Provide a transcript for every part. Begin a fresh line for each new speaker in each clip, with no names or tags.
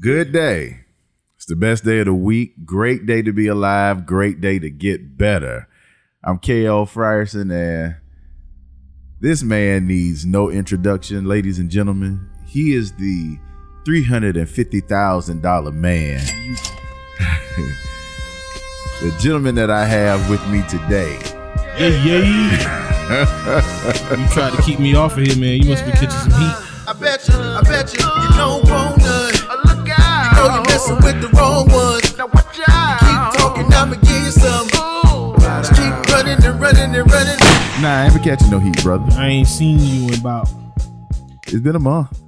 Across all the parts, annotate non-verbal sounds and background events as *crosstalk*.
Good day. It's the best day of the week. Great day to be alive. Great day to get better. I'm KL Frierson, and this man needs no introduction, ladies and gentlemen. He is the $350,000 man. *laughs* the gentleman that I have with me today.
Yeah, yeah. *laughs* you tried to keep me off of here, man. You must be catching some heat.
I bet you, I bet you, you don't want none. Look out. You know you're messing with the wrong ones. Now watch out. Keep talking, I'ma give you some. Just keep running and running and running.
Nah, I ain't been catching no heat, brother.
I ain't seen you in about
It's been a month.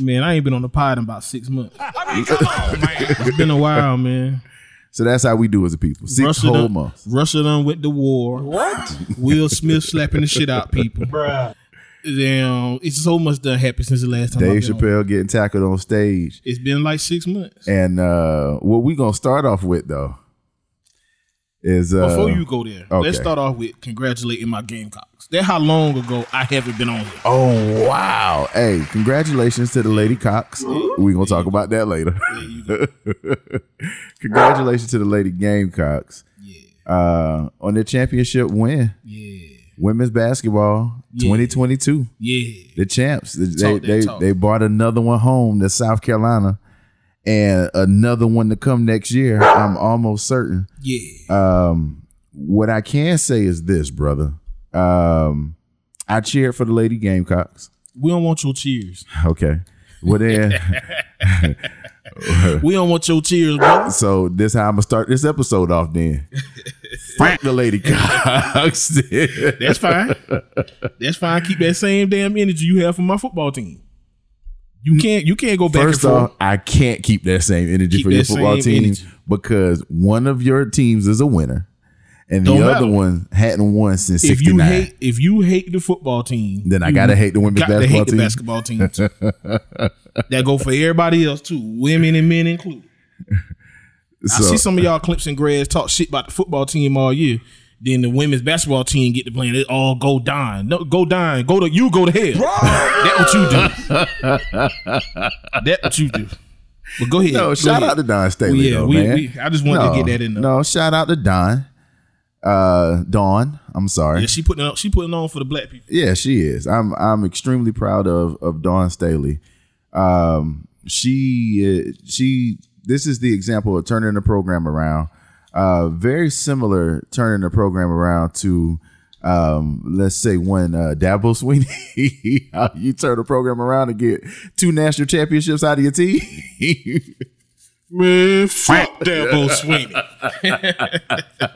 man. I ain't been on the pod in about six
*laughs*
months. It's been a while, man.
So that's how we do as a people. Six
Russia
whole
done,
months.
Russia done went to war.
What?
Will Smith slapping the shit out people.
Bruh.
Damn, it's so much done happened since the last time.
Dave
I've been on.
Chappelle getting tackled on stage.
It's been like six months.
And uh, what we gonna start off with though is uh,
Before you go there,
okay.
let's start off with congratulating my Gamecocks. That how long ago I haven't been on here.
oh wow! Hey, congratulations to the Lady Cox. We gonna talk about that later. *laughs* congratulations to the Lady Gamecocks
Yeah,
uh, on their championship win,
yeah,
women's basketball,
Yeah.
2022.
yeah.
The champs. They
Talk that
they,
talk.
they bought another one home to South Carolina, and another one to come next year. I'm almost certain.
Yeah.
Um, what I can say is this, brother. Um, I cheered for the Lady Gamecocks.
we don't want your cheers.
Okay. Well
*laughs*
then,
We don't want your cheers, bro.
so this how I'm gonna start this episode off. Then, Frank the Lady *laughs* Cox.
That's fine. That's fine. Keep that same damn energy you have for my football team. You can't. You can't go back
First
and
off,
forth.
I can't keep that same energy
Keep
for your
that
football
same
team
energy.
because one of your teams is a winner, and
Don't
the other
matter.
one hadn't won since
If you
'69.
hate, if you hate the football team,
then I
you
gotta hate the women's
got to
basketball
hate the
team.
basketball team. too. that go for everybody else too, women and men included. I
So-
see some of y'all Clemson grads talk shit about the football team all year. Then the women's basketball team get to playing. It all go down. No, go down. Go to you. Go to hell. that what you do. that what you do. But go ahead.
No,
Go
shout
ahead.
out to Don Staley.
Oh, yeah,
though,
we-
man.
we- I just wanted to get that in there.
No, shout out to Don. Uh, Dawn, I'm sorry.
Yeah,
Yeah,
she putting on, she putting on for the black people.
she is. I'm I'm extremely proud of of Dawn Staley. Um, she uh, she this is the example of turning the program around. Uh, very similar turning the program around to um, let's say when uh, Dabo Sweeney, *laughs* how you turn the program around to get two national championships out of your team. *laughs*
Man, fuck Dabo Sweeney. *laughs*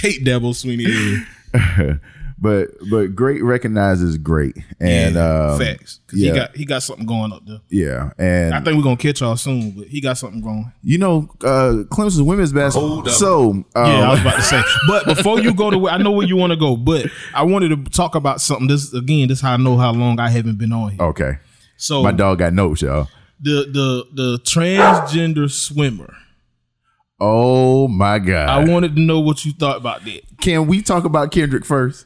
Hate Dabo Sweeney. dude.
but but great recognizes great, and
Yeah,
um,
facts. 'Cause
yeah.
He got he got something going up there.
Yeah, and
I think we're gonna catch y'all soon, but he got something going.
you know, uh, Clemson's women's basketball. So, um,
Yeah, I was about to say. But before you go to where I know where you want to go, but I wanted to talk about something. This again, this is how I know how long I haven't been on here.
okay,
so
Oh, my dog got notes, y'all.
the the the transgender swimmer.
Oh my god!
I wanted to know what you thought about that.
Can we talk about Kendrick first?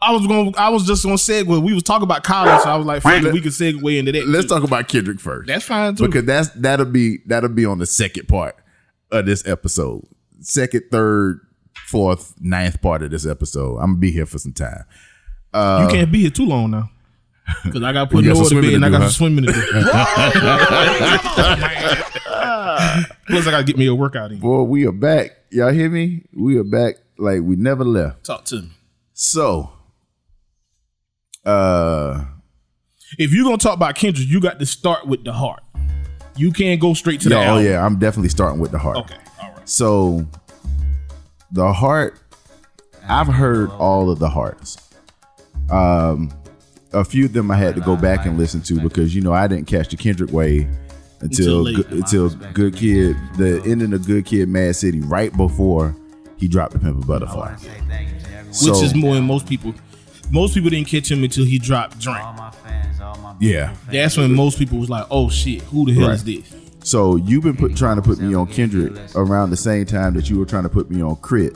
I was going. to I was just going to segue. We was talking about college. So I was like, fuck it, we can segue into that.
Let's
too.
talk about Kendrick first
That's fine too.
because that's that'll be that'll be on the second part of this episode, second, third, fourth, ninth part of this episode. I'm gonna be here for some time.
you can't be here too
*laughs*
long now. Because I got to put
uh, You got
Noah
some
to bed
swimming
and
to
I
do,
got
huh?
some swimming to do.
*laughs*
*laughs* Plus, I got to get me a workout in.
Boy, we are back. Y'all hear me? We are back like we never left.
Talk to me.
So, uh,
If you're going to talk about Kendrick, you got to start with the heart. You can't go straight to the
yeah, oh
album.
yeah, I'm definitely starting with the heart.
Okay. All right.
So, the heart. I've heard all of the hearts. Um, a few of them I had to go back and listen to because you know I didn't catch the Kendrick wave until
Until late.
good- until Good Kid, the ending of Good Kid, Mad City, right before he dropped the Pimp a Butterfly.
Oh, Which
So-
is more than most people. Most people didn't catch him until he dropped Drink.
Yeah.
That's when most people was like, oh shit, who the hell
Right.
is this?
So you've been put, trying to put me on Kendrick around the same time that you were trying to put me on Crit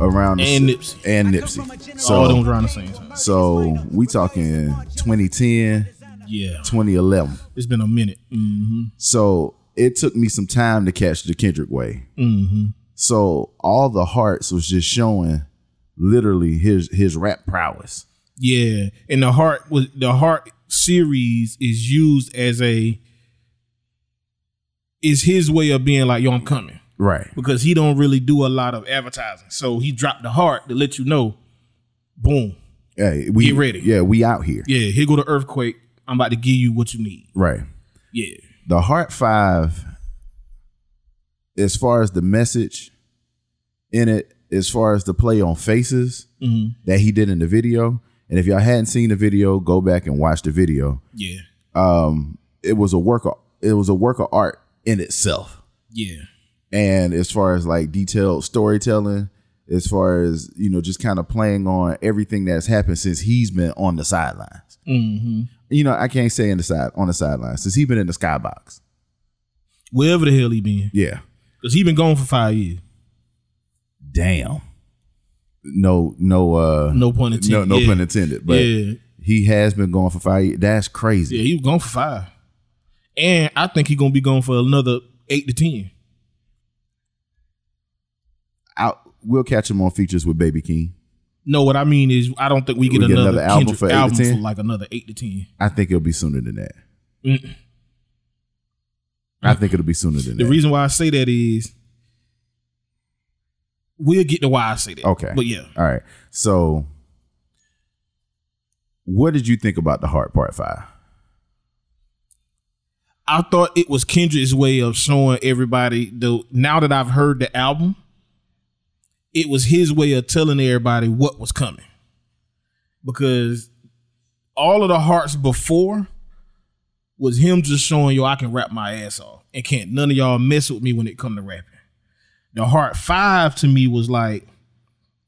around the
And
s-
Nipsey.
and Nipsey.
All of them
So
was around the same time.
so we talking 2010,
Yeah,
2011.
it's been a minute. Mm-hmm.
So it took me some time to catch the Kendrick way.
Mm-hmm.
So all the hearts was just showing literally his his rap prowess.
Yeah, and the heart was the heart series is used as a is his way of being like yo I'm coming
Right.
because he don't really do a lot of advertising. So he dropped the heart to let you know, boom,
Hey, we
Get ready.
Yeah, we out here.
yeah, here go the earthquake. I'm about to give you what you need.
Right.
Yeah,
The Heart Five, as far as the message in it, as far as the play on faces
Mm-hmm.
that he did in the video, and if y'all hadn't seen the video, go back and watch the video.
yeah,
Um, it was a work of it was a work of art in itself.
yeah,
and as far as like detailed storytelling as far as you know just kind of playing on everything that's happened since he's been on the sidelines
mm-hmm.
you know i can't say in the side on the sidelines since he's been in the skybox
wherever the hell he been
yeah
because he been gone for five years.
damn no no uh
No pun intended.
no, no
yeah.
pun intended but
yeah,
he has been going for five years that's crazy
yeah, he was gone for five, and I think he gonna be gone for another eight to ten.
I, we'll catch him on features with baby king
No, what I mean is, I don't think we get,
We get
another,
another album
Kendrick
for eight to
album
10?
for like another eight to ten.
i think it'll be sooner than that
Mm.
i think it'll be sooner than
The
that
reason why I say that is we'll get to why I say that.
Okay.
but yeah,
all right so what did you think about the heart part five
I thought it was Kendrick's way of showing everybody. Though now that I've heard the album, it was his way of telling everybody what was coming, because all of the hearts before was him just showing you I can rap my ass off and can't none of y'all mess with me when it come to rapping. The heart five to me was like,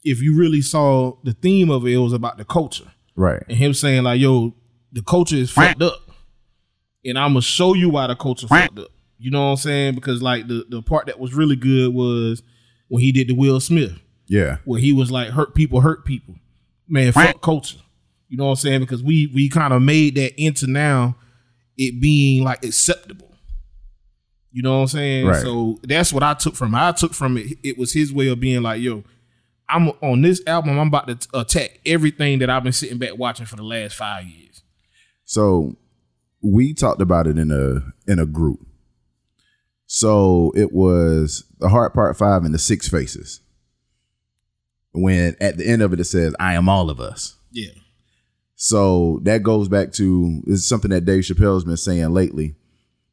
if you really saw the theme of it, it was about the culture
right
and him saying like, "Yo, the culture is fucked up, and I'm gonna show you why the culture fucked up." You know what I'm saying? Because like the the part that was really good was when he did the Will Smith,
Yeah.
where he was like, "Hurt people, hurt people, man, fuck culture." You know what I'm saying? Because we we kind of made that into now it being like acceptable. You know what I'm saying?
Right.
So that's what I took from it. I took from it. It was his way of being like, "Yo, I'm on this album. I'm about to t- attack everything that I've been sitting back watching for the last five years.
So we talked about it in a in a group. So it was the heart part five and the six faces. When at the end of it it says, I am all of us.
Yeah,
So that goes back to it's something that Dave Chappelle's been saying lately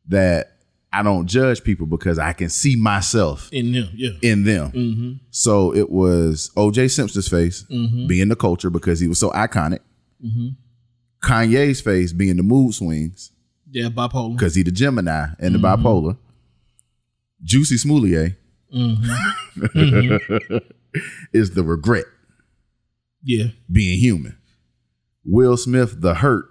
that I don't judge people because I can see myself
in them. Yeah,
in them.
Mm. Mm-hmm.
So it was OJ Simpson's face being the culture because he was so iconic. Kanye's face being the mood swings
yeah, bipolar.
because he the Gemini and the bipolar. Juicy Smoulier *laughs* is the regret
Yeah,
being human. Will Smith the hurt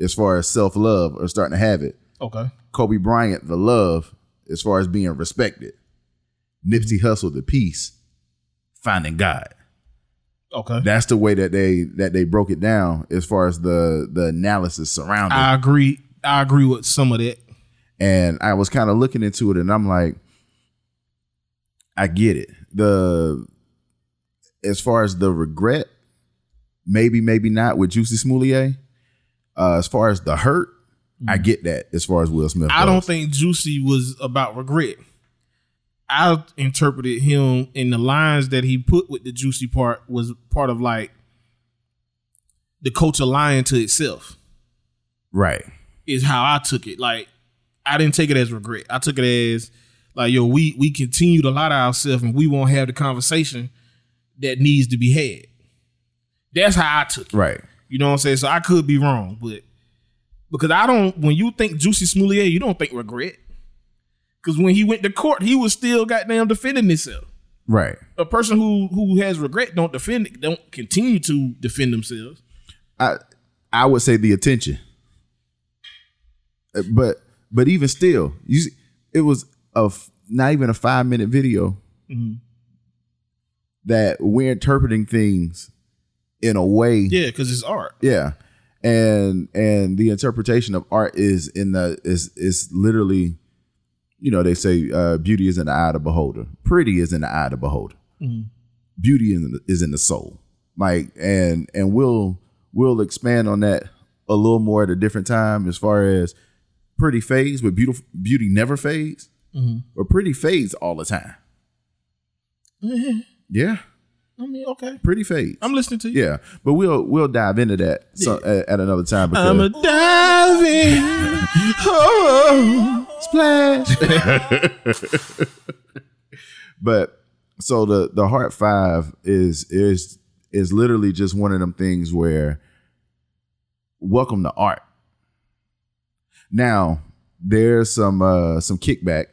as far as self love or starting to have it.
okay.
Kobe Bryant the love as far as being respected. Nipsey Hussle the peace, finding God.
Okay.
That's the way that they that they broke it down as far as the the analysis surrounding.
I agree. I agree with some of that.
and I was kind of looking into it, and I'm like, I get it. The as far as the regret, maybe, maybe not with Juicy Smoulier. Uh, as far as the hurt, I get that. As far as Will Smith,
Mm-hmm. I don't
goes.
think Juicy was about regret. I interpreted him in the lines that he put with the Juicy part was part of like the culture lying to itself.
right.
is how I took it. Like I didn't take it as regret. I took it as like yo, we we continue to lie to ourselves and we won't have the conversation that needs to be had. That's how I took it.
Right.
You know what I'm saying? So I could be wrong, but because I don't when you think Juicy Smoulier, you don't think regret. Cause when he went to court, he was still goddamn defending himself.
Right.
A person who who has regret don't defend it, don't continue to defend themselves.
I I would say the attention. Uh, But but even still, you see, it was a f- not even a five minute video that we're interpreting things in a way.
Yeah, because it's art.
Yeah. and and the interpretation of art is in the is is literally you know they say uh, beauty is in the eye of the beholder pretty is in the eye of the beholder beauty is in the, is in the soul like and and we'll we'll expand on that a little more at a different time as far as pretty fades but beautiful beauty never fades or pretty fades all the time
Yeah,
yeah
I mean, okay.
pretty fades
I'm listening to you.
yeah but we'll we'll dive into that so, at, at another time because
I'm a diving. Oh,
*laughs* splash. but so the the heart five is is is literally just one of them things where welcome to art. Now there's some uh some kickback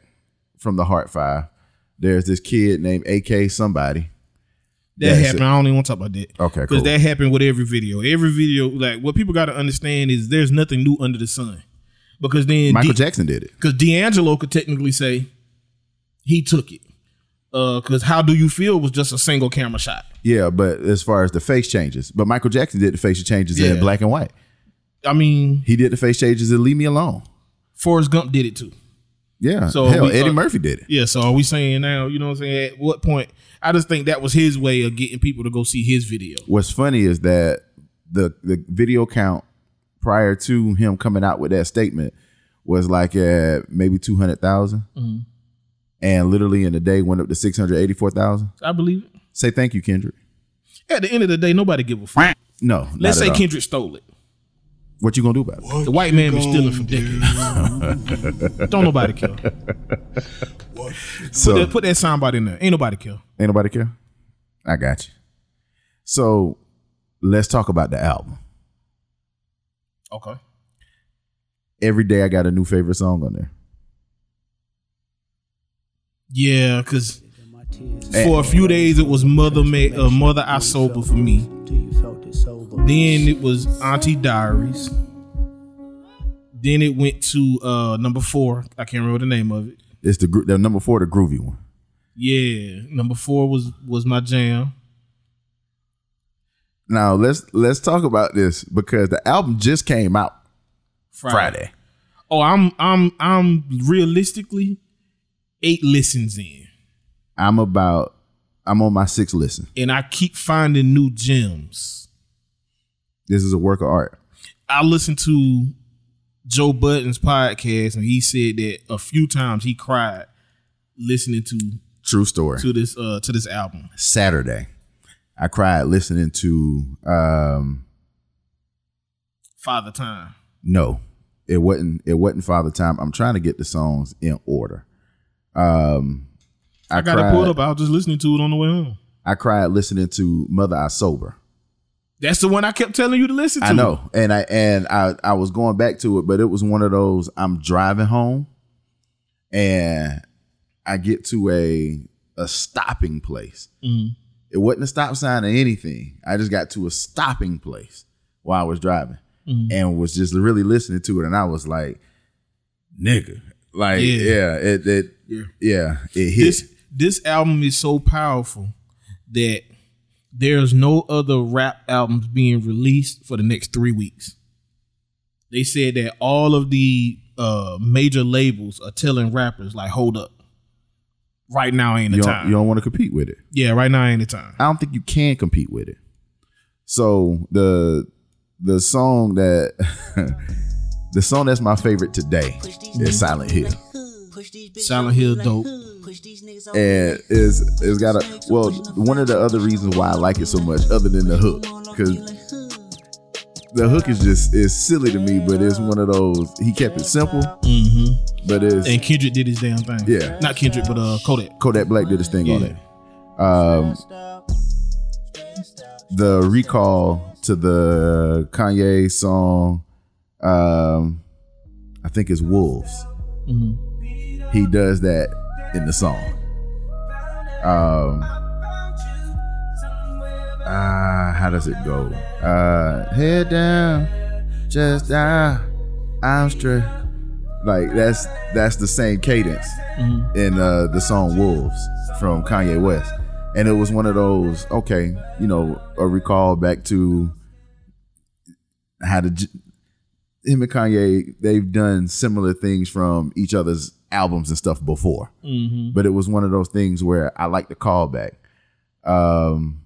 from the heart five. There's this kid named AK somebody.
that
That's
happened. I don't even want to talk about that.
Okay,
Because
cool.
that happened with every video. Every video, like what people got to understand is there's nothing new under the sun. Because then
Michael
D-
Jackson did it.
because D'Angelo could technically say he took it. Because how do you feel was just a single camera shot.
Yeah, but as far as the face changes, but Michael Jackson did the face changes in
Yeah.
black and white.
I mean,
He did the face changes in Leave Me Alone.
Forrest Gump did it too.
Yeah.
So
So hell,
we-
Eddie
uh,
Murphy did it.
Yeah. So are we saying now? You know what I'm saying? At what point? I just think that was his way of getting people to go see his video.
what's funny is that the the video count prior to him coming out with that statement was like at maybe 200,000
Mm-hmm.
and literally in a day went up to 684,000
I believe it.
say thank you Kendrick
At the end of the day, nobody give a fuck.
no not
Let's
at
say
all.
Kendrick stole it.
what you gonna do about it
The white man been stealing for decades. *laughs* Don't
*laughs*
nobody care.
so
Put that soundbite in there. Ain't nobody care.
ain't nobody care I got you so let's talk about the album
Okay.
every day I got a new favorite song on there
Yeah, because for a few days it was Mother Ma- uh, Mother I Sober for me.
Do you felt it sober?
Then it was Auntie Diaries. Then it went to uh, number four. I can't remember the name of it.
it's the, gro- the number 4 the groovy one
Yeah, number four was was my jam.
now let's let's talk about this because the album just came out Friday.
Oh, I'm I'm I'm realistically eight listens in,
I'm about I'm on my sixth listen.
and I keep finding new gems.
This is a work of art.
I listened to Joe Budden's podcast, and he said that a few times he cried listening to
True story.
to this uh to this album.
Saturday, I cried listening to um
Father Time.
no. It wasn't it wasn't Father Time. I'm trying to get the songs in order. Um I,
I got
cried,
it pulled up. I was just listening to it on the way home.
I cried listening to Mother I Sober.
That's the one I kept telling you to listen to.
I know. And I and I I was going back to it, but it was one of those I'm driving home and I get to a a stopping place.
Mm.
It wasn't a stop sign or anything. I just got to a stopping place while I was driving
Mm.
and was just really listening to it and I was like nigga. Like
Yeah.
yeah, it it yeah. it hit.
This this album is so powerful that there's no other rap albums being released for the next three weeks. They said that all of the uh, major labels are telling rappers like, "Hold up, right now ain't the
you don't,
time."
you don't want to compete with it.
yeah, right now ain't the time.
I don't think you can compete with it. So the the song that *laughs* the song that's my favorite today is Silent Hill.
Silent Hill, dope.
And is it's got a well one of the other reasons why I like it so much, other than the hook, because the hook is just is silly to me, but it's one of those he kept it simple, but it's
And Kendrick did his damn thing.
Yeah.
not Kendrick, but uh, Kodak.
Kodak Black did his thing on
Yeah.
it. Um, the recall to the Kanye song, um, I think it's Wolves. He does that in the song. Um, uh, how does it go? Uh, head down, just down, I'm straight. Like that's that's the same cadence in uh, the song Wolves from Kanye West. And it was one of those, okay, you know, a recall back to how to. j- Him and Kanye, they've done similar things from each other's albums and stuff before, but it was one of those things where I like the callback. Um,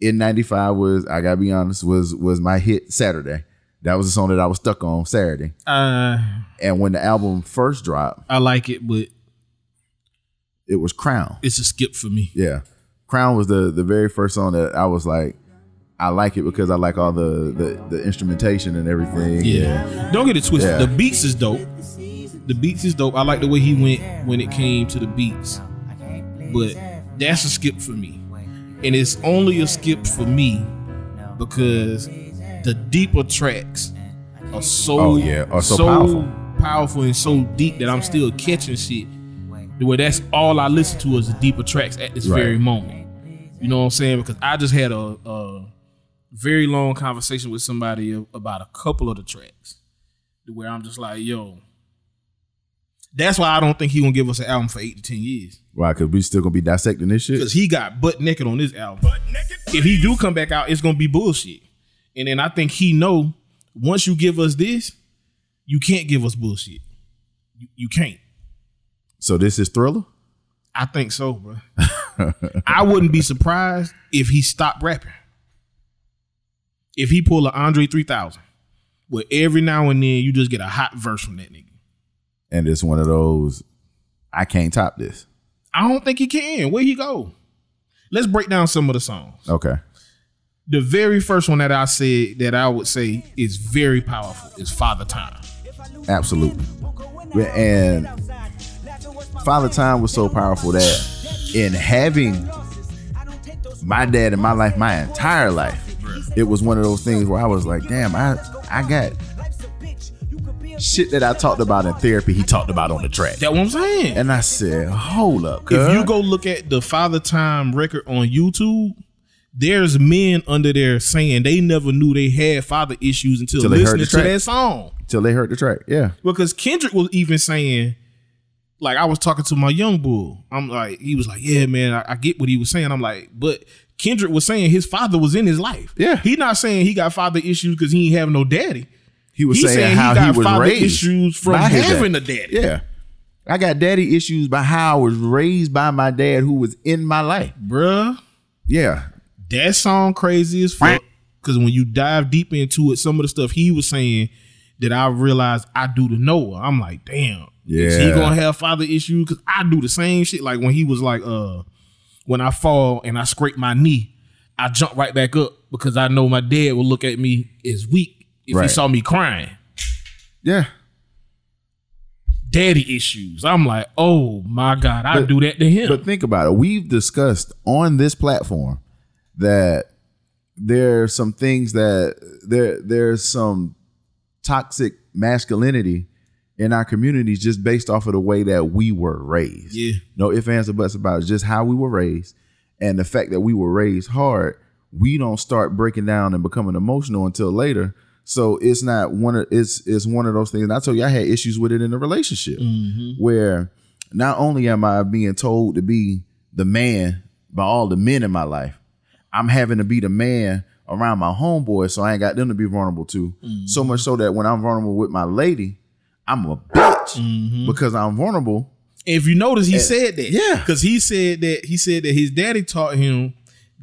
in '95 was I gotta be honest was was my hit Saturday. That was the song that I was stuck on Saturday.
I
And when the album first dropped,
I like it, but
it was Crown.
it's a skip for me.
Yeah. Crown was the the very first song that I was like, I like it because I like all the the, the instrumentation and everything.
Yeah. Don't get it twisted.
Yeah.
The beats is dope. The beats is dope. I like the way he went when it came to the beats. But that's a skip for me. And it's only a skip for me because the deeper tracks are so
Oh, yeah, are so powerful.
powerful and so deep that I'm still catching shit. Where that's all I listen to is the deeper tracks at this
Right.
very moment. You know what I'm saying? Because I just had a, a very long conversation with somebody a- about a couple of the tracks to where I'm just like, yo, that's why I don't think he gonna give us an album for eight to ten years
Why? Because we still gonna be dissecting this shit.
because he got butt naked on this album. if he do come back out, it's gonna be bullshit. And then I think he know once you give us this, you can't give us bullshit. You, you can't.
So this is Thriller.
I think so, bro. I wouldn't be surprised if he stopped rapping. If he pull an Andre 3000, where every now and then you just get a hot verse from that nigga.
And it's one of those I can't top this.
I don't think he can. Where he go? Let's break down some of the songs.
Okay.
The very first one that I said that I would say is very powerful is Father Time.
Absolutely. Yeah, And Father Time was so powerful that in having my dad in my life, my entire life, it was one of those things where I was like, damn, I, I got shit that I talked about in therapy, he talked about on the track.
That what I'm saying.
And I said, hold up.
if you
cuz.
go look at the Father Time record on YouTube, there's men under there saying they never knew they had father issues until
Till they heard
listening
the
to
track.
that song.
Till they heard the track. Yeah.
Because Kendrick was even saying, like I was talking to my young bull. I'm like, he was like, yeah, man, I, I get what he was saying. I'm like, but Kendrick was saying his father was in his life.
Yeah.
he not saying he got father issues because he ain't have no daddy.
He was
He's
saying,
saying he
how he,
got
was
father
raised
issues from
by his
having
dad.
a daddy.
Yeah. I got daddy issues by how I was raised by my dad who was in my life.
Bruh,
Yeah.
that song crazy as fuck. Because when you dive deep into it, some of the stuff he was saying that I realized I do to Noah. I'm like, damn, is he
Yeah.
gonna have father issues? Because I do the same shit. Like when he was like, uh, when I fall and I scrape my knee, I jump right back up because I know my dad will look at me as weak if he
Right.
saw me crying.
Yeah.
Daddy issues. I'm like, oh my god, I do that to him.
But think about it. We've discussed on this platform that there are some things that there there's some toxic masculinity in our communities just based off of the way that we were raised.
Yeah.
No ifs, ands, or buts about it. Just how we were raised and the fact that we were raised hard, we don't start breaking down and becoming emotional until later. So it's not one of it's it's one of those things. And I told you I had issues with it in a relationship Mm-hmm. where not only am I being told to be the man by all the men in my life, I'm having to be the man around my homeboys, so I ain't got them to be vulnerable to.
Mm-hmm.
So much so that when I'm vulnerable with my lady, I'm a bitch
Mm-hmm.
because I'm vulnerable.
If you notice, he said that.
yeah.
Because he said that he said that his daddy taught him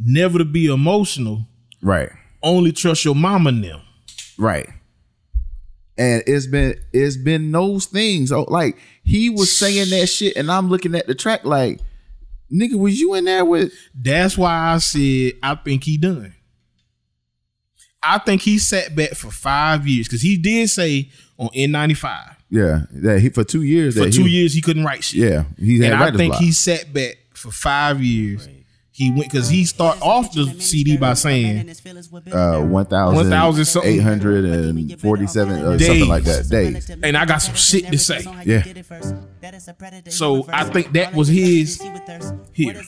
never to be emotional,
Right.
only trust your mama now.
Right. And it's been it's been those things. Oh, like he was saying that shit, and I'm looking at the track like, nigga, was you in there with
That's why I said I think he done. I think he sat back for five years because he did say on N95
Yeah. That he for two years
for
that
two
he,
years he couldn't write shit.
Yeah. He had
and I
writer's
think
block.
he sat back for five years. He went because he start off the CD by saying
uh,
1,000 something.
1,847 or uh,
Days.
something like that. Days.
And I got some shit to say.
Yeah.
So I think that was his. Here.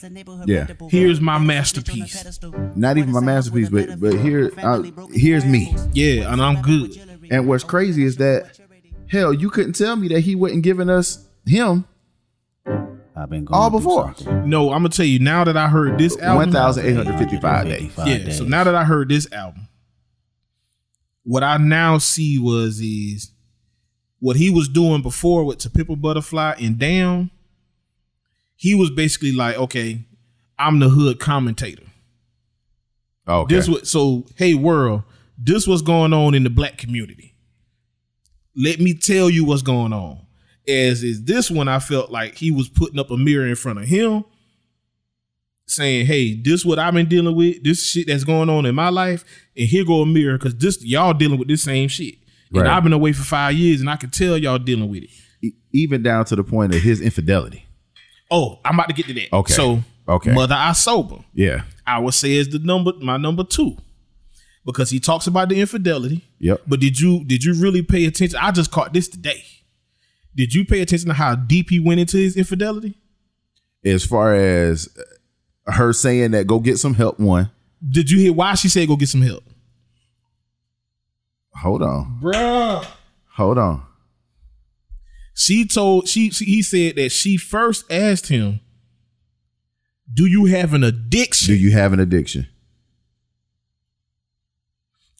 Yeah.
Here's my masterpiece.
Not even my masterpiece, but but here uh, here's me.
yeah, and I'm good.
And what's crazy is that hell, you couldn't tell me that he wasn't giving us him
I've been going
all
through
before.
something.
No, I'm gonna tell you now that I heard this album.
One thousand eight hundred fifty-five days.
55
Yeah.
days.
So now that I heard this album, What I now see was is what he was doing before with Pippa Butterfly and Damn. He was basically like, okay, I'm the hood commentator.
Okay.
This what so hey world, this what's going on in the black community. Let me tell you what's going on. As is this one, I felt like he was putting up a mirror in front of him, saying, "Hey, this what I've been dealing with. This shit that's going on in my life, and here go a mirror because this y'all dealing with this same shit, and
Right.
I've been away for five years, and I can tell y'all dealing with it.
E- even down to the point of his infidelity.
Oh, I'm about to get to that.
Okay.
so
Okay.
mother, I sober.
Yeah.
I would say is the number my number two because he talks about the infidelity.
Yep.
But did you did you really pay attention? I just caught this today. Did you pay attention to how deep he went into his infidelity?
As far as uh, her saying that go get some help one.
Did you hear why she said go get some help?
Hold on. Bruh. Hold on.
She told she, she he said that she first asked him, "Do you have an
Do
addiction?"
you have an addiction?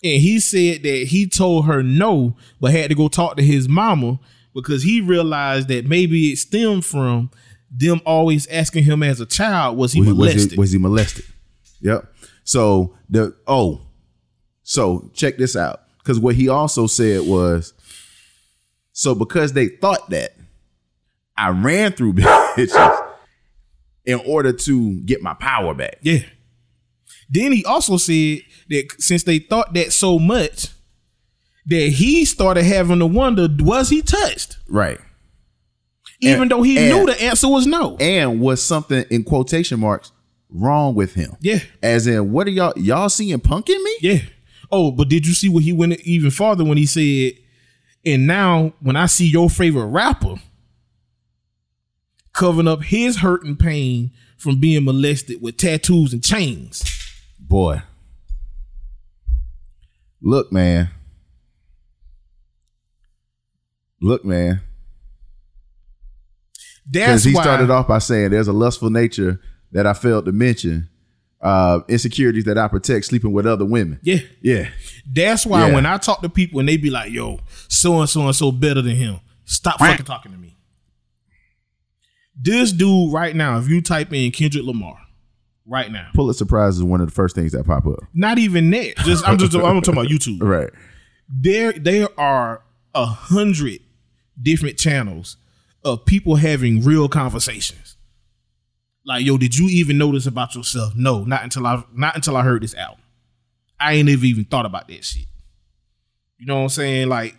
and he said that he told her no, but had to go talk to his mama because he realized that maybe it stemmed from them always asking him as a child, was he
was, was
molested?
he, was he molested? Yep. So the oh, so check this out because what he also said was, so because they thought that I ran through *laughs* bitches in order to get my power back.
yeah. Then he also said that since they thought that so much, that he started having to wonder, was he touched?
Right.
Even
And-
though he
and-
knew the answer was no.
And was something in quotation marks wrong with him?
Yeah.
As in, what are y'all y'all seeing punking me?
Yeah. Oh, but did you see where he went even farther when he said, and now when I see your favorite rapper covering up his hurt and pain from being molested with tattoos and chains.
Boy. Look, man. Look, man. Because
That's
he
why
started off by saying there's a lustful nature that I failed to mention. Uh, insecurities that I protect sleeping with other women.
Yeah.
Yeah.
That's why
Yeah.
when I talk to people and they be like, yo, so and so and so better than him. Stop fucking talking to me. This dude right now, if you type in Kendrick Lamar, right now.
Pulitzer Prize is one of the first things that pop up.
Not even that. Just I'm just I'm talking about YouTube.
Right.
there there are a hundred different channels of people having real conversations. Like, yo, did you even notice about yourself? No, not until I not until I heard this album. I ain't never even thought about that shit. You know what I'm saying? Like,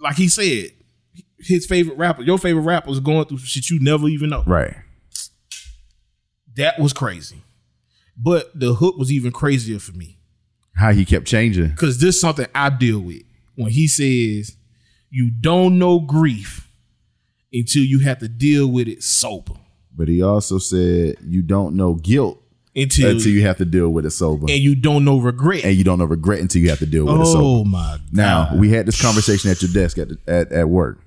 like he said, his favorite rapper, your favorite rapper is going through some shit you never even know.
Right.
That was crazy. But the hook was even crazier for me.
How he kept changing.
Cause this is something I deal with when he says you don't know grief until you have to deal with it sober.
But he also said you don't know guilt
Until,
until you have to deal with it sober.
and you don't know regret.
And you don't know regret until you have to deal with it sober.
oh my god.
Now, we had this conversation at your desk at, the, at, at work.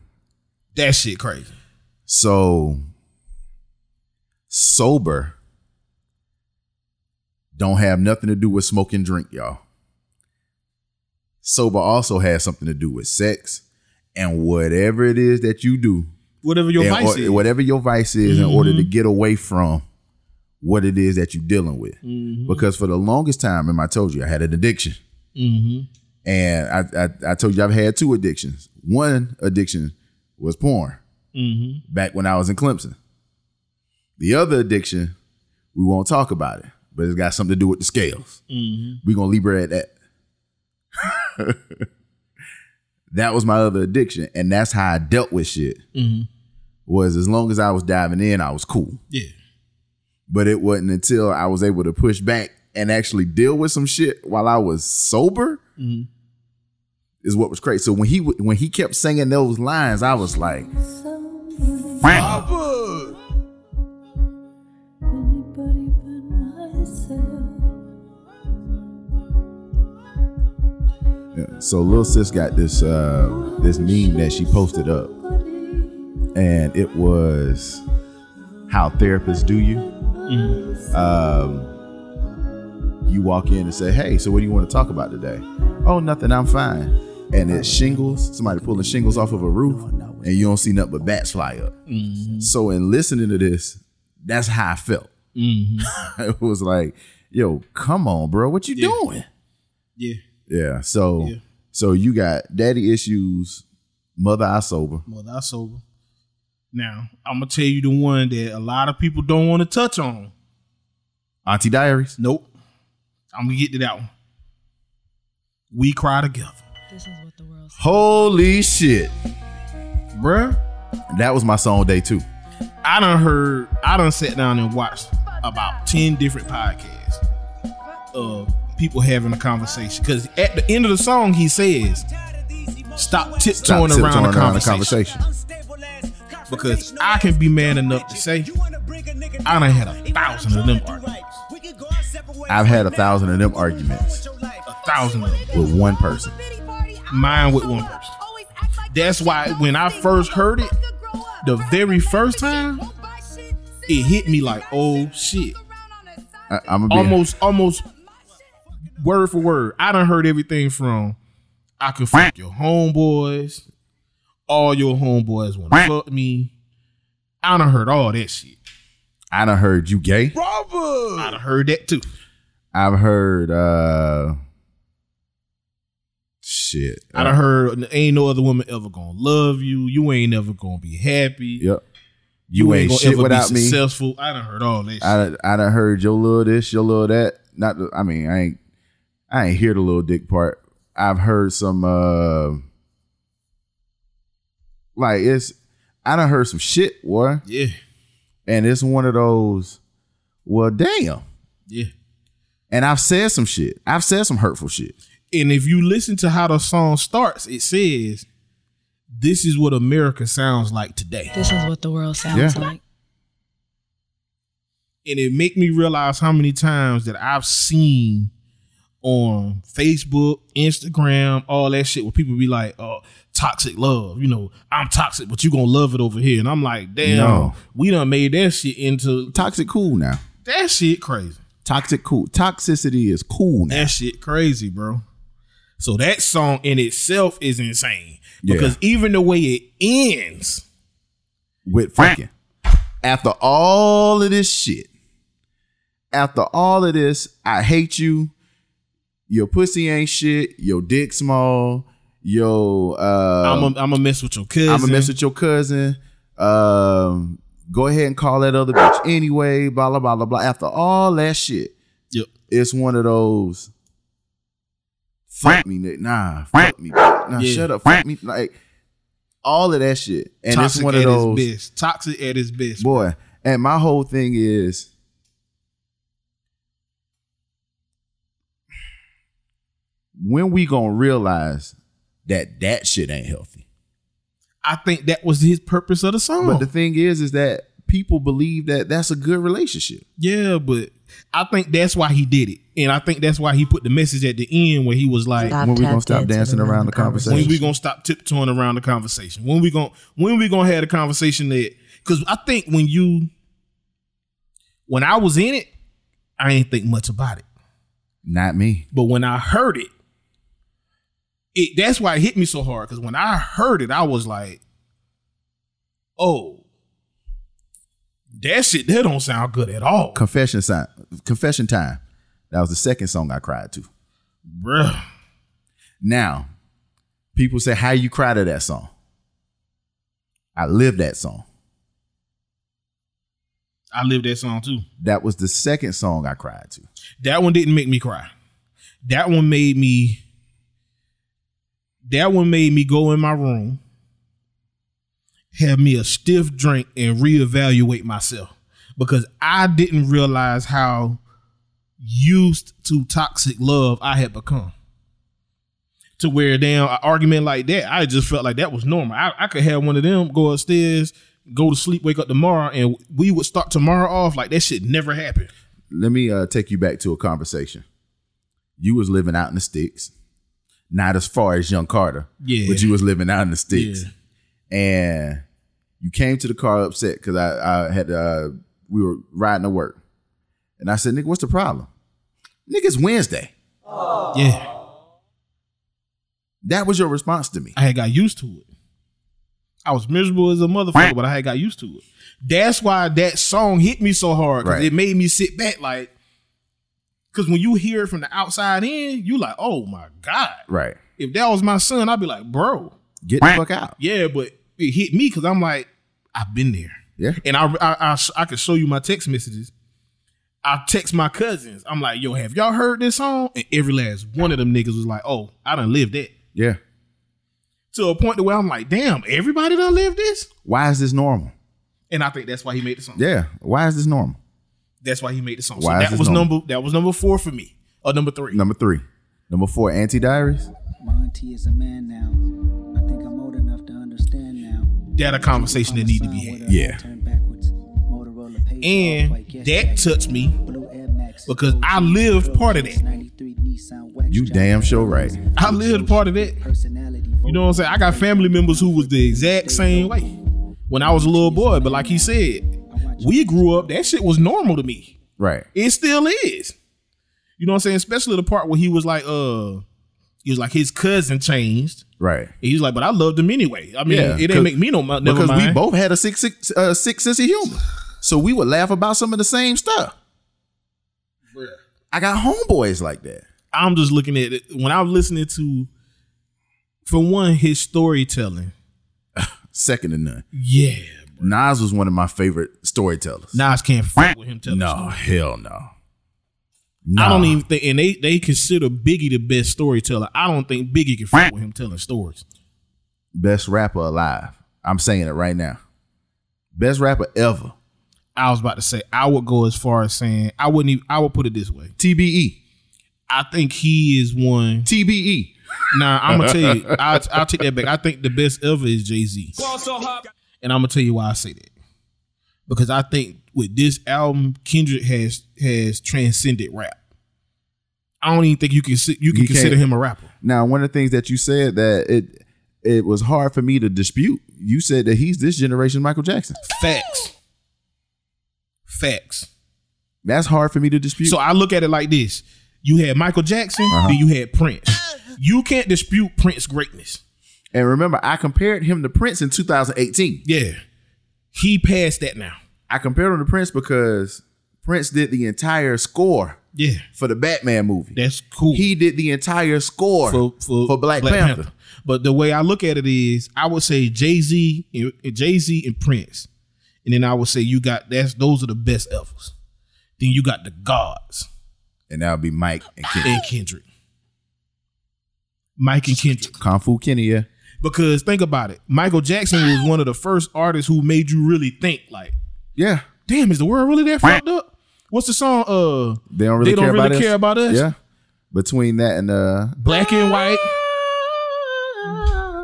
that shit crazy.
So sober don't have nothing to do with smoke and drink, y'all. Sober also has something to do with sex and whatever it is that you do,
Whatever your
in
vice
or-
is.
whatever your vice is, in order to get away from what it is that you're dealing with. Because for the longest time, remember I told you I had an addiction, and I, I I told you I've had two addictions. One addiction was porn back when I was in Clemson. The other addiction, we won't talk about it, but it's got something to do with the scales. We're gonna leave her at that. *laughs* that was my other addiction, and that's how I dealt with shit. Was as long as I was diving in, I was cool.
Yeah.
But it wasn't until I was able to push back and actually deal with some shit while I was sober is what was crazy. So when he w- when he kept singing those lines, I was like,
anybody but myself.
Yeah. So Lil Sis got this uh, this meme that she posted up, and it was how therapists do you. Um, you walk in and say, "Hey, so what do you want to talk about today?" Oh, nothing, I'm fine. And it's shingles, somebody pulling shingles off of a roof, and you don't see nothing but bats fly up. So, in listening to this, that's how I felt. *laughs* it was like, yo, come on, bro, what you doing?
Yeah.
Yeah. So,
Yeah.
so you got daddy issues, mother I sober.
Well, that's over. Now, I'm gonna tell you the one that a lot of people don't want to touch on.
Auntie Diaries.
Nope. I'm gonna get to that one. We cry together.
This is what the world says.
Holy shit.
Bruh,
That was my song day two.
I done heard, I done sat down and watched about 10 different podcasts of people having a conversation. Because at the end of the song, he says, Stop
Stop
tiptoeing around, the,
tiptoeing
conversation.
Because I can be man enough to say I done had a thousand of them arguments.
I've had a thousand of them arguments.
A thousand of them.
With one person.
Mine with one person. That's why when I first heard it, the very first time, it hit me like, oh shit.
I, I'm gonna be
Almost, almost word for word. I done heard everything from I could fuck your homeboys, all your homeboys want to fuck me. I done heard all that shit.
I done heard you gay.
I done heard that too.
I've heard uh shit. Uh,
I done heard ain't no other woman ever gonna love you. You ain't ever gonna be happy.
Yep. You, ain't, shit without me.
successful. I done heard all that. shit.
I done, I done heard your little this, your little that. Not the, I mean, I ain't I ain't hear the little dick part. I've heard some uh like it's I done heard some shit, boy.
yeah,
And it's one of those, well, damn.
yeah.
And I've said some shit. I've said some hurtful shit.
And if you listen to how the song starts, it says, "This is what America sounds like today,"
This is what the world sounds
Yeah.
like.
and it make me realize how many times that I've seen on Facebook, Instagram, all that shit, where people be like, "Oh, toxic love," you know, I'm toxic, but you gonna love it over here, and I'm like, "Damn,
No.
we done made that shit into
Toxic cool now.
that shit crazy."
Toxic cool. Toxicity is cool now.
That shit crazy, bro. So that song in itself is insane
Yeah.
because even the way it ends,
With fucking. After all of this shit, after all of this, I hate you. Your pussy ain't shit. Your dick small. Yo, uh,
I'm gonna mess with your cousin.
I'm gonna mess with your cousin. Um, go ahead and call that other bitch anyway. Blah blah blah blah blah. After all that shit,
Yep.
it's one of those. Fuck me, nigga. Nah, fuck me. bitch. Nah,
Yeah.
shut up. Fuck me. Like all of that shit, and
Toxic
it's one of
at
those.
its best. Toxic at its best.
Boy, and my whole thing is when we gonna realize that that shit ain't healthy.
I think that was his purpose of the song.
But the thing is, is that people believe that that's a good relationship.
yeah, but I think that's why he did it, and I think that's why he put the message at the end where he was like,
when we gonna stop dancing around the conversation?
When we gonna stop tiptoeing around the conversation? When we gonna when we gonna have the conversation that? Because I think when you when I was in it, I ain't think much about it.
Not me.
But when I heard it, it that's why it hit me so hard. Because when I heard it, I was like, "Oh, that shit that don't sound good at all,
Confession sign. Confession time. That was the second song I cried to.
bruh."
Now, people say, "How you cry to that song?" I live that song.
I live that song too.
That was the second song I cried to.
That one didn't make me cry. That one made me. That one made me go in my room, have me a stiff drink, and reevaluate myself because I didn't realize how used to toxic love I had become. To where damn an argument like that, I just felt like that was normal. I, I could have one of them go upstairs, go to sleep, wake up tomorrow, and we would start tomorrow off like that shit never happened.
let me uh, take you back to a conversation. You was living out in the sticks, not as far as young Carter,
Yeah.
but you was living out in the sticks,
Yeah.
and you came to the car upset because I, I had uh, we were riding to work, and I said, "Nigga, what's the problem?" Nigga, it's Wednesday.
Yeah.
That was your response to me.
I had got used to it. I was miserable as a motherfucker, but I had got used to it. That's why that song hit me so hard because
Right.
it made me sit back like. Because when you hear it from the outside in, you like, oh my god!
Right.
If that was my son, I'd be like, bro,
Get the fuck out.
yeah. But it hit me because I'm like, I've been there,
Yeah.
and I I, I I could show you my text messages. I text my cousins. I'm like, yo, have y'all heard this song? And every last one of them niggas was like, oh, I done lived that
Yeah.
to a point to where I'm like, damn, everybody done lived this.
Why is this normal?
And I think that's why he made the song.
Yeah. Why is this normal?
That's why he made the song.
Why
so
is
that
this
was
number-
number that was number four for me. Or number three.
Number three. Number four, anti diaries.
My auntie is a man now. I think I'm old enough to understand now.
That a conversation that need to be had.
Yeah.
And that touched me because I lived part of that.
You damn sure right.
I lived part of that. You know what I'm saying? I got family members who was the exact same way when I was a little boy. But like he said, we grew up, that shit was normal to me.
Right.
It still is. You know what I'm saying? Especially the part where he was like, uh, he was like his cousin changed.
Right.
And he's like, but I loved him anyway. I mean,
Yeah,
it
'cause-
ain't make me no money.
because we both had a sick, sick, uh, sick sense of humor, so we would laugh about some of the same stuff. I got homeboys like that.
I'm just looking at it when I'm listening to, for one, his storytelling.
Second to none.
Yeah,
Nas was one of my favorite storytellers.
Nas can't fuck with him telling.
no,
stories.
hell no.
I don't
Nah.
even think, and they they consider Biggie the best storyteller. I don't think Biggie can fuck with him telling stories.
best rapper alive. I'm saying it right now. Best rapper ever.
I was about to say I would go as far as saying I wouldn't. Even, I would put it this way.
TBE.
I think he is one.
TBE.
Nah, I'm gonna tell you. I, I'll take that back. I think the best ever is Jay Z. And I'm gonna tell you why I say that. Because I think with this album, Kendrick has has transcended rap. I don't even think you can si- you can
You can't.
consider him a rapper.
Now, one of the things that you said that it it was hard for me to dispute. You said that he's this generation Michael Jackson.
Facts. Facts.
That's hard for me to dispute.
So I look at it like this: you had Michael Jackson, then you had Prince. You can't dispute Prince's greatness.
and remember, I compared him to Prince in 2018.
Yeah, he passed that now.
I compared him to Prince because Prince did the entire score
Yeah,
for the Batman movie.
that's cool.
He did the entire score
for for,
for Black, Panther.
But the way I look at it is, I would say Jay Z, Jay Z and Prince, and then I would say you got that's those are the best efforts. Then you got the gods
And that would be Mike and Kenny.
and Kendrick, Mike and Kendrick.
Kung Fu Kenny, yeah.
Because think about it, Michael Jackson was one of the first artists who made you really think. Like,
Yeah.
damn, is the world really that fucked up? What's the song? Uh,
They don't really,
They don't
care,
really
about us.
care about us?
Yeah. Between that and uh
black and white.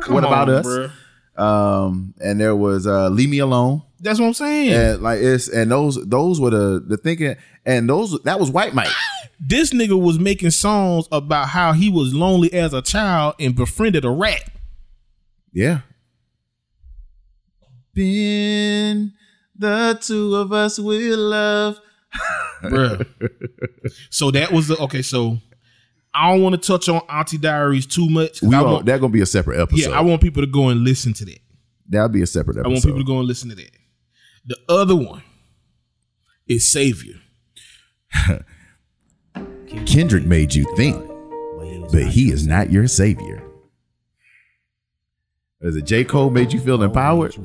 What About Us?
bruh.
um and there was uh Leave Me Alone.
That's what I'm saying.
And like it's and those those were the the thinking and those that was White Mike.
this nigga was making songs about how he was lonely as a child and befriended a rat.
Yeah. Been the two of us will love.
Bruh. so that was the okay. So I don't want to touch on Auntie Diaries too much. 'cause
We
I
all,
want-
that gonna be a separate episode.
yeah, I want people to go and listen to that.
That'll be a separate
I
episode.
want people to go and listen to that. The other one is Savior.
Kendrick made you think, but he is not your savior. Is it J. Cole made you feel empowered?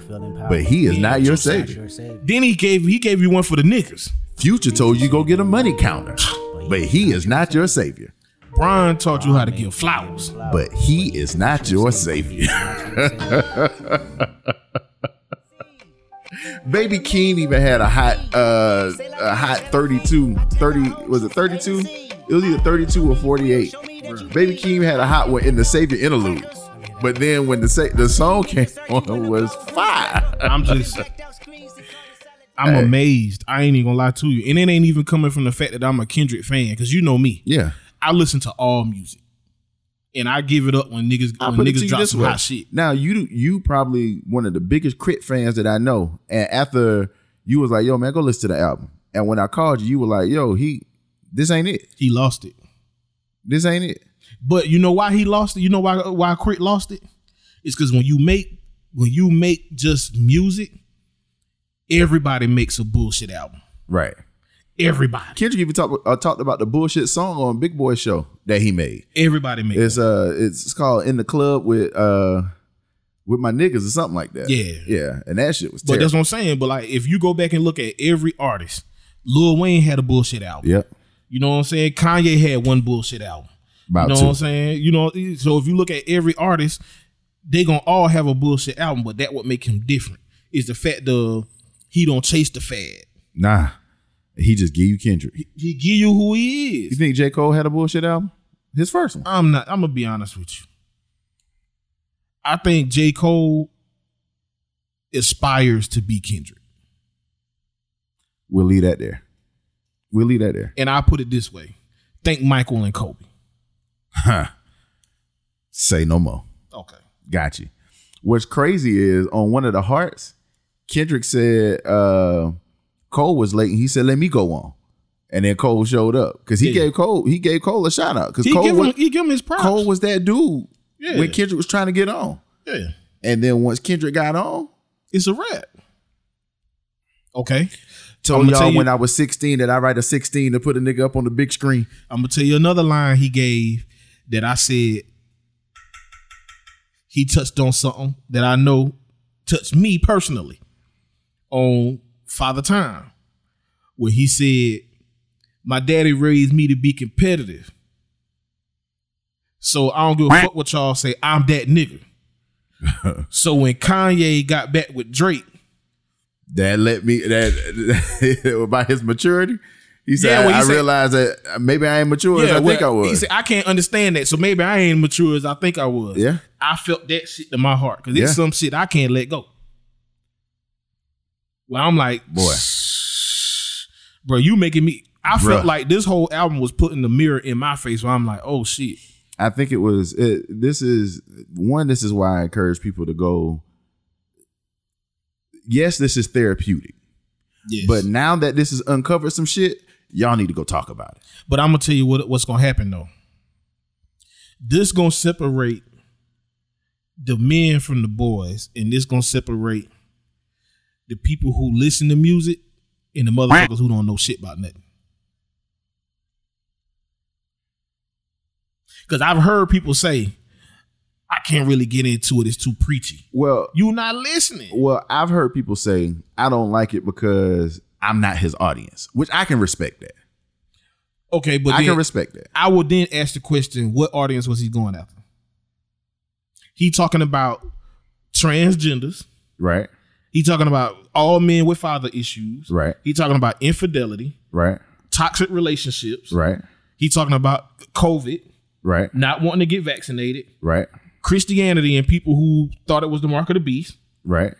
But he is not your savior.
Then he gave he gave you one for the niggas.
Future told you go get a money counter. But he is not your savior.
Brian taught you how to give flowers.
But he is not your savior. *laughs* Baby Keen even had a hot uh a hot 32 30 was it 32 it was either 32 or 48 Baby Keem had a hot one in the Savior interlude but then when the sa- the song *laughs* came on it was fire
I'm just I'm
Hey.
amazed. I ain't even gonna lie to you. And it ain't even coming from the fact that I'm a Kendrick fan, because you know me.
yeah
I listen to all music. And I give it up when niggas
I'll
when
put it to
niggas
you
drop
this
some
way.
hot shit.
Now you you probably one of the biggest crit fans that I know. And after you was like, yo, man, go listen to the album. And when I called you, you were like, yo, he this ain't it.
He lost it.
This ain't it.
But you know why he lost it? You know why why Crit lost it? It's because when you make when you make just music, everybody makes a bullshit album.
Right.
Everybody,
Kendrick even talked uh, talked about the bullshit song on Big Boy show that he made.
everybody makes.
It's uh, it's called "In the Club with uh, with my niggas" or something like that.
Yeah.
yeah, and that shit was.
but
Terrible.
that's what I'm saying. But like, if you go back and look at every artist, Lil Wayne had a bullshit album.
yep.
You know what I'm saying? Kanye had one bullshit album.
About
You know
two.
what I'm saying? You know, so if you look at every artist, they gonna all have a bullshit album, but that what make him different is the fact of he don't chase the fad.
Nah, he just give you Kendrick.
He give you who he
You
is.
think J Cole had a bullshit album? His first one.
I'm not. I'm gonna be honest with you. I think J Cole aspires to be Kendrick,
We'll leave that there. We'll leave that there.
and I put it this way: think Michael and Kobe.
Say no more.
Okay.
Got you. What's crazy is on one of the hearts, Kendrick said uh, Cole was late, and he said, "Let me go on." And then Cole showed up because he
Yeah.
gave Cole he gave Cole a shout out because
He
Cole
give him.
was,
He give him his props.
Cole was that dude
Yeah.
when Kendrick was trying to get on.
yeah.
And then once Kendrick got on,
It's a rap. Okay.
told
I'ma
y'all
tell you-
when I was 16 that I write a 16 to put a nigga up on the big screen.
I'm gonna tell you another line he gave that I said he touched on something that I know touched me personally on Father Time, where he said, "My daddy raised me to be competitive, so I don't give a fuck what y'all say. I'm that nigga." so when Kanye got back with Drake,
That let me that *laughs* about his maturity. He said,
Yeah, well, he
"I, I
said-
realized that maybe I ain't mature as I think I
well,
was."
He said, I can't understand that. So maybe I ain't mature as I think I was.
Yeah.
I felt that shit to my heart because
Yeah.
it's some shit I can't let go. Well, I'm like,
Boy.
bro, you making me. I
Bruh.
felt like this whole album was putting the mirror in my face where I'm like, oh shit.
I think it was. It, this is one. This is why I encourage people to go. Yes, this is therapeutic,
Yes.
but now that this has uncovered some shit, y'all need to go talk about it.
But I'm gonna tell you what what's gonna happen though. This gonna separate the men from the boys, and this gonna separate the people who listen to music and the motherfuckers who don't know shit about nothing. Cause I've heard people say, I can't really get into it, it's too preachy.
Well,
You not listening.
well, I've heard people say I don't like it because I'm not his audience, which I can respect that.
Okay, but
I
then-
can respect that.
I will then ask the question: What audience was he going after? He talking about transgenders.
Right,
He talking about all men with father issues.
Right.
He talking about infidelity,
right,
toxic relationships.
right,
He talking about COVID,
right,
not wanting to get vaccinated,
right,
Christianity, and people who thought it was the mark of the beast.
right.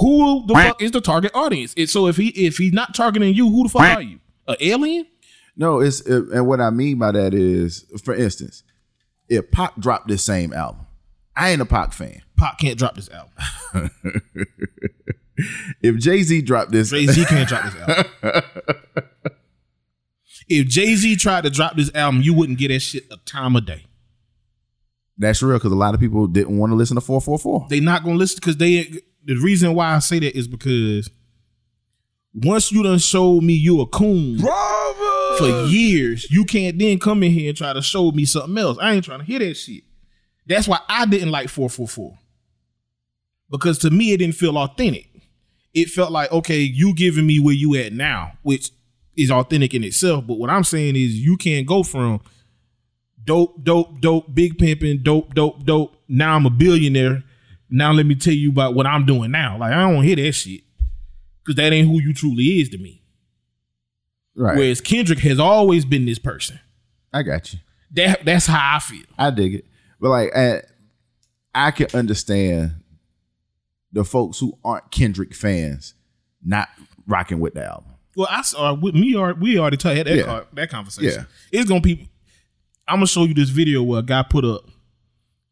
Who the fuck is the target audience? And so if he if he's not targeting you, who the fuck are you? An alien?
No, it's it, and what I mean by that is, for instance, if Pac dropped this same album, I ain't a Pac fan.
Pop can't drop this album.
If Jay Z dropped this,
Jay Z can't drop this album. if Jay Z tried to drop this album, you wouldn't get that shit a time of day.
that's real because a lot of people didn't want to listen to four four four.
They not gonna listen because they. The reason why I say that is because once you done showed me you a coon for years, you can't then come in here and try to show me something else. I ain't trying to hear that shit. That's why I didn't like four four four because to me it didn't feel authentic. It felt like okay, you giving me where you at now, which is authentic in itself. But what I'm saying is you can't go from dope, dope, dope, big pimping, dope, dope, dope. Now I'm a billionaire. Now let me tell you about what I'm doing now. Like I don't wanna hear that shit because that ain't who you truly is to me.
Right,
Whereas Kendrick has always been this person.
I got you.
That that's how I feel.
I dig it, but like I, I can understand the folks who aren't Kendrick fans not rocking with the album.
Well, I saw with me. Or we already tell had that
Yeah.
car- that conversation.
Yeah.
It's gonna be. I'm gonna show you this video where a guy put up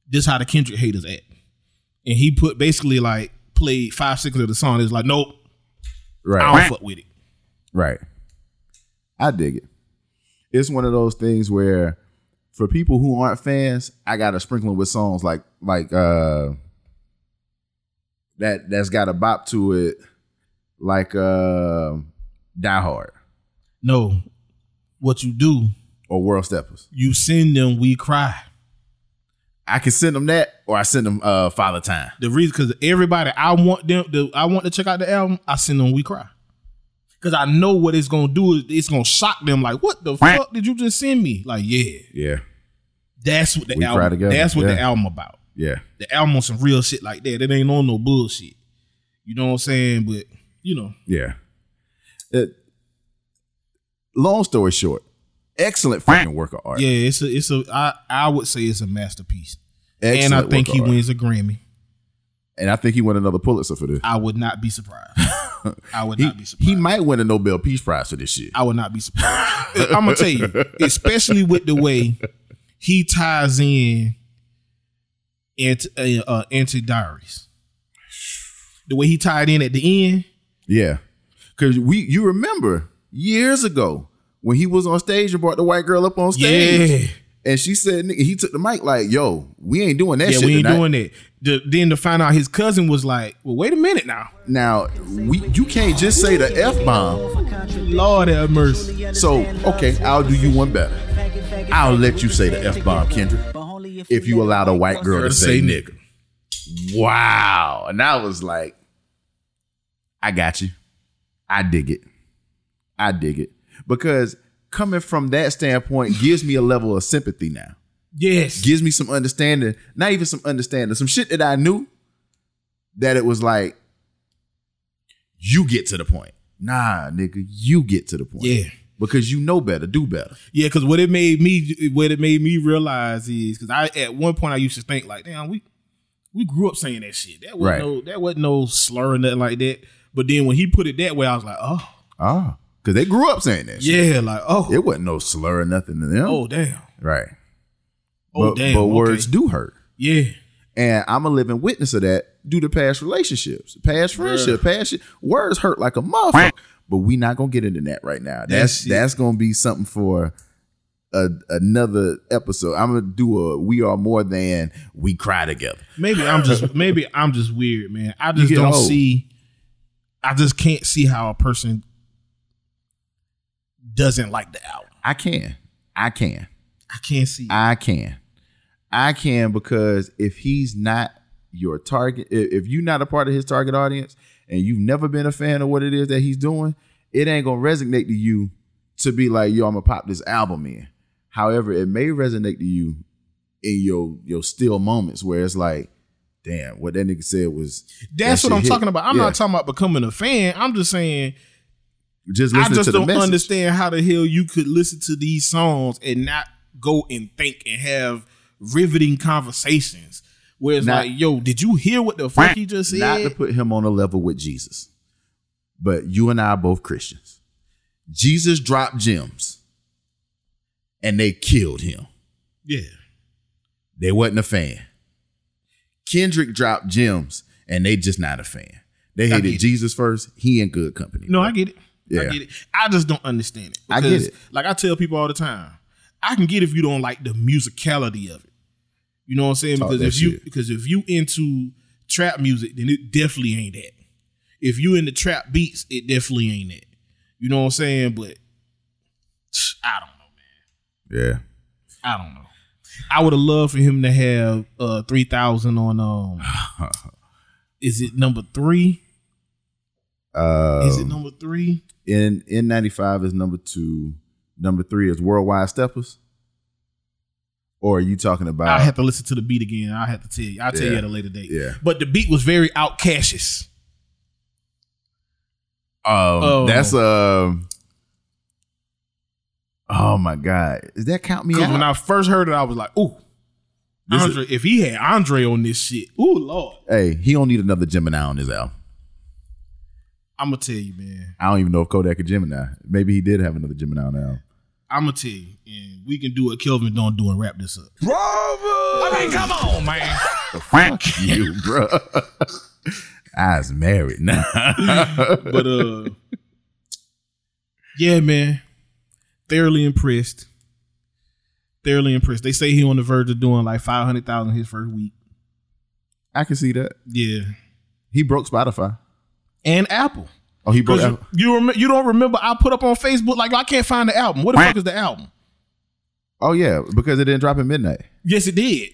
this how the Kendrick haters act, and he put basically like played five seconds of the song. It's like nope, I
Right,
don't fuck with it.
right. I dig it. It's one of those things where for people who aren't fans, I got to sprinkling with songs like like uh that that's got a bop to it, like uh Die Hard
No, what you do,
or World Steppers.
you send them. We cry.
I can send them that, or I send them uh Father Time.
The reason because everybody I want them to I want to check out the album, I send them We Cry. Cause I know what it's gonna do is it's gonna shock them like what the fuck did you just send me? Like, yeah.
Yeah,
That's what the
We Cry
album
Together,
that's what the
yeah.
album about.
yeah.
The album on some real shit like that. It ain't on no bullshit. You know what I'm saying? But you know,
Yeah. It- long story short, excellent fucking work of art.
yeah, it's a it's a I, I would say it's a masterpiece.
Excellent
and I
work
think
of
he
art.
wins a Grammy.
And I think he won another Pulitzer for this.
I would not be
*laughs*
surprised. I would
He,
not be surprised.
he might win a Nobel Peace Prize for this shit.
I would not be surprised. I'm gonna tell you, especially with the way he ties in anti uh, uh, anti diaries, the way he tied in at the end.
Yeah. Cause we you remember years ago when he was on stage and brought the white girl up on stage.
Yeah,
And she said nigga, he took the mic like, yo, we ain't doing that
yeah,
shit.
we ain't
tonight.
doing that. The, then to find out his cousin was like, "Well, wait a minute now,
Now we you can't just say the F bomb.
Lord have mercy."
So, okay, I'll do you one better. I'll let you say the F bomb, Kendrick. If you allow the white girl to say nigga. Wow. And I was like, I got you. I dig it. I dig it. Because coming from that standpoint gives me a level of sympathy now.
Yes,
Gives me some understanding, not even some understanding, some shit that I knew that it was like, you get to the point. Nah, nigga, you get to the point.
yeah,
Because you know better, do better.
yeah. Because what it made me, what it made me realize is, because I at one point I used to think like, "Damn, we we grew up saying that shit. That wasn't
Right.
no that wasn't no slur or nothing like that. But then when he put it that way, I was like, oh
Ah. Because they grew up saying that shit.
yeah, like oh
It wasn't no slur or nothing to them.
oh damn,
Right.
oh
but,
damn.
But
okay.
words do hurt.
yeah,
And I'm a living witness of that due to past relationships, past friendship, past shit. Words hurt like a motherfucker. But we not gonna get into that right now. That's
shit.
that's gonna be something for a, another episode. I'm gonna do a we are more than we cry together.
maybe
*laughs*
I'm just maybe I'm just weird, man. I just
get
don't
old.
see. I just can't see how a person doesn't like the album.
I can. I can.
I can't see.
I can. I can because if he's not your target, i- if you're not a part of his target audience and you've never been a fan of what it is that he's doing, it ain't gonna resonate to you to be like, yo, I'm gonna pop this album in. However, it may resonate to you in your your still moments where it's like, damn, what that nigga said was
That's
that
what
shit
I'm
hit.
talking about. I'm
Yeah.
not talking about becoming a fan. I'm just saying
just
I
listening
just
to the
don't
message.
understand how the hell you could listen to these songs and not go and think and have riveting conversations. Where it's
Not-
like, yo, did you hear what the fuck he just said?
not to put him on a level with Jesus, but you and I are both Christians. Jesus dropped gems and they killed him.
yeah,
They wasn't a fan. Kendrick dropped gems and they just not a fan. They
I
hated
get it.
Jesus first. He in good company.
no, I get it. I
Yeah.
get it. I just don't understand it.
I get
Because,
it.
Like I tell people all the time, I can get if you don't like the musicality of it. You know what I'm saying?
Talk
because
Oh, that
if you
shit.
because if you into trap music, then it definitely ain't that. If you into trap beats, it definitely ain't that. You know what I'm saying? But I don't know.
Yeah.
I don't know. I would have loved for him to have uh three thousand on um.
*laughs*
is it number three?
Um,
is it number three?
N N ninety five is number two. Number three is Worldwide Steppers. Or are you talking about
I have to listen to the beat again. I have to tell you. I'll tell you
Uh, Yeah.
at a later date.
Yeah.
But the beat was very outcastious.
Um,
Oh.
that's um. Oh my God! Does that count me
Because
out?
when I first heard it, I was like, "Ooh,
This is-
Andre! if he had Andre on this shit, ooh lord!"
hey, he don't need another Gemini on his album.
I'm gonna tell you, man.
I don't even know if Kodak a Gemini. Maybe he did have another Gemini on the album.
I'm gonna tell you, and we can do what Kelvin don't do and wrap this up.
you, bro. *laughs* I was married *laughs* now.
*laughs* but uh yeah man thoroughly impressed Thoroughly impressed. They say he on the verge of doing like five hundred thousand his first week.
I can see that.
Yeah,
He broke Spotify.
and Apple.
Oh, he broke.
Because you,
Apple.
you, rem- you don't remember I put up on Facebook like I can't find the album. What the fuck is the album?
Oh yeah, because it didn't drop at midnight.
Yes, it did.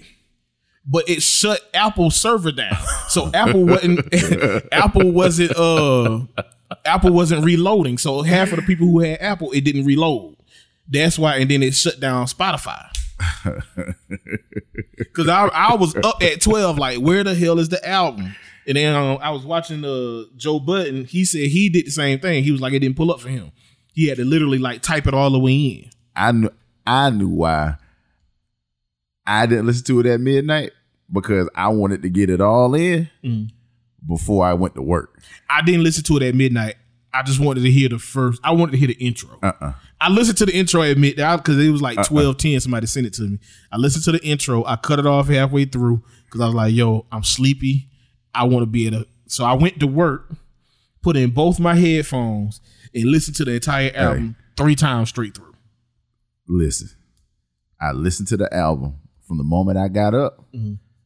But it shut Apple's server down. So Apple wasn't *laughs* Apple wasn't uh Apple wasn't reloading. So half of the people who had Apple, it didn't reload. That's why, and then it shut down Spotify. Cause I I was up at 12, like, where the hell is the album? And then um, I was watching uh Joe Button. He said he did the same thing. He was like, it didn't pull up for him. He had to literally like type it all the way in.
I knew. I knew why. I didn't listen to it at midnight because I wanted to get it all in
Mm.
before I went to work.
I didn't listen to it at midnight. I just wanted to hear the first. I wanted to hear the intro.
Uh-uh.
I listened to the intro at midnight because it was like twelve ten. Somebody sent it to me. I listened to the intro. I cut it off halfway through because I was like, "Yo, I'm sleepy. I want to be at a." So I went to work, put in both my headphones, and listened to the entire album three times straight through.
Listen, I listened to the album from the moment I got up.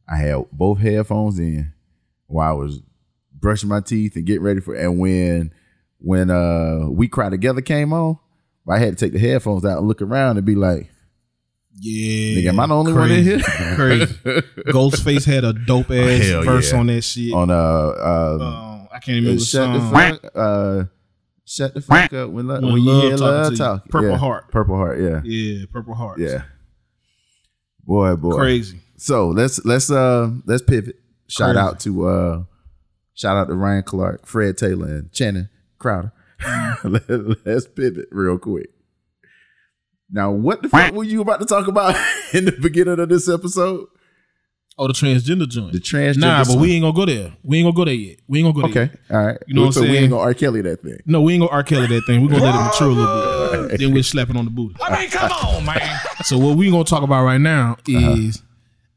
I had both headphones in while I was brushing my teeth and getting ready for. And when when uh we cry together came on, I had to take the headphones out and look around and be like,
Yeah,
"Nigga, am I the only one in
crazy,
here?"
*laughs*
*laughs*
crazy. Ghostface had a dope ass
Hell
verse
yeah.
on that shit.
On uh, uh
Um, I can't remember the
shut the
song.
fuck uh shut the fuck up when, lo- Uh, when, you hear love
to you.
talk.
Purple
Yeah.
Heart.
Purple heart. Yeah.
Yeah, Purple Heart.
Yeah. Boy, boy.
crazy.
So let's let's uh let's pivot. Shout out to uh shout out to Ryan Clark, Fred Taylor, and Channing Crowder. *laughs* Let, us pivot real quick. Now, what the fuck were you about to talk about *laughs* in the beginning of this episode?
Oh, the transgender joint.
The transgender.
nah, but
song.
we ain't gonna go there. We ain't gonna go there yet. We ain't gonna go there.
okay.
yet.
All right.
You know what
so
I'm
we
saying?
ain't gonna R. Kelly that thing.
No, we ain't gonna R. Kelly that thing. We're gonna let it mature a little bit. then we'll slap it on the booty. I mean, come on, man. So what we gonna talk about right now
Uh-huh.
is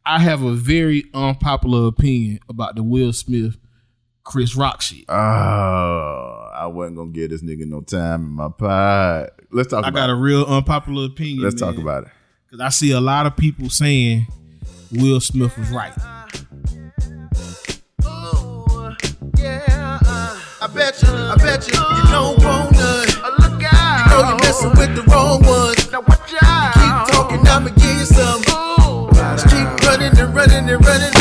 I have a very unpopular opinion about the Will Smith Chris Rock shit.
Oh, I wasn't gonna give this nigga no time in my pod. Let's talk
I
about
got a
it.
real unpopular opinion.
Let's
man.
talk about it.
Because I see a lot of people saying Will Smith was right.
Yeah, uh, I bet you, I bet you, you don't want none. Look out. You know you're messing with the wrong ones. Now watch out. Keep talking, I'ma give you some. Just keep running and running and running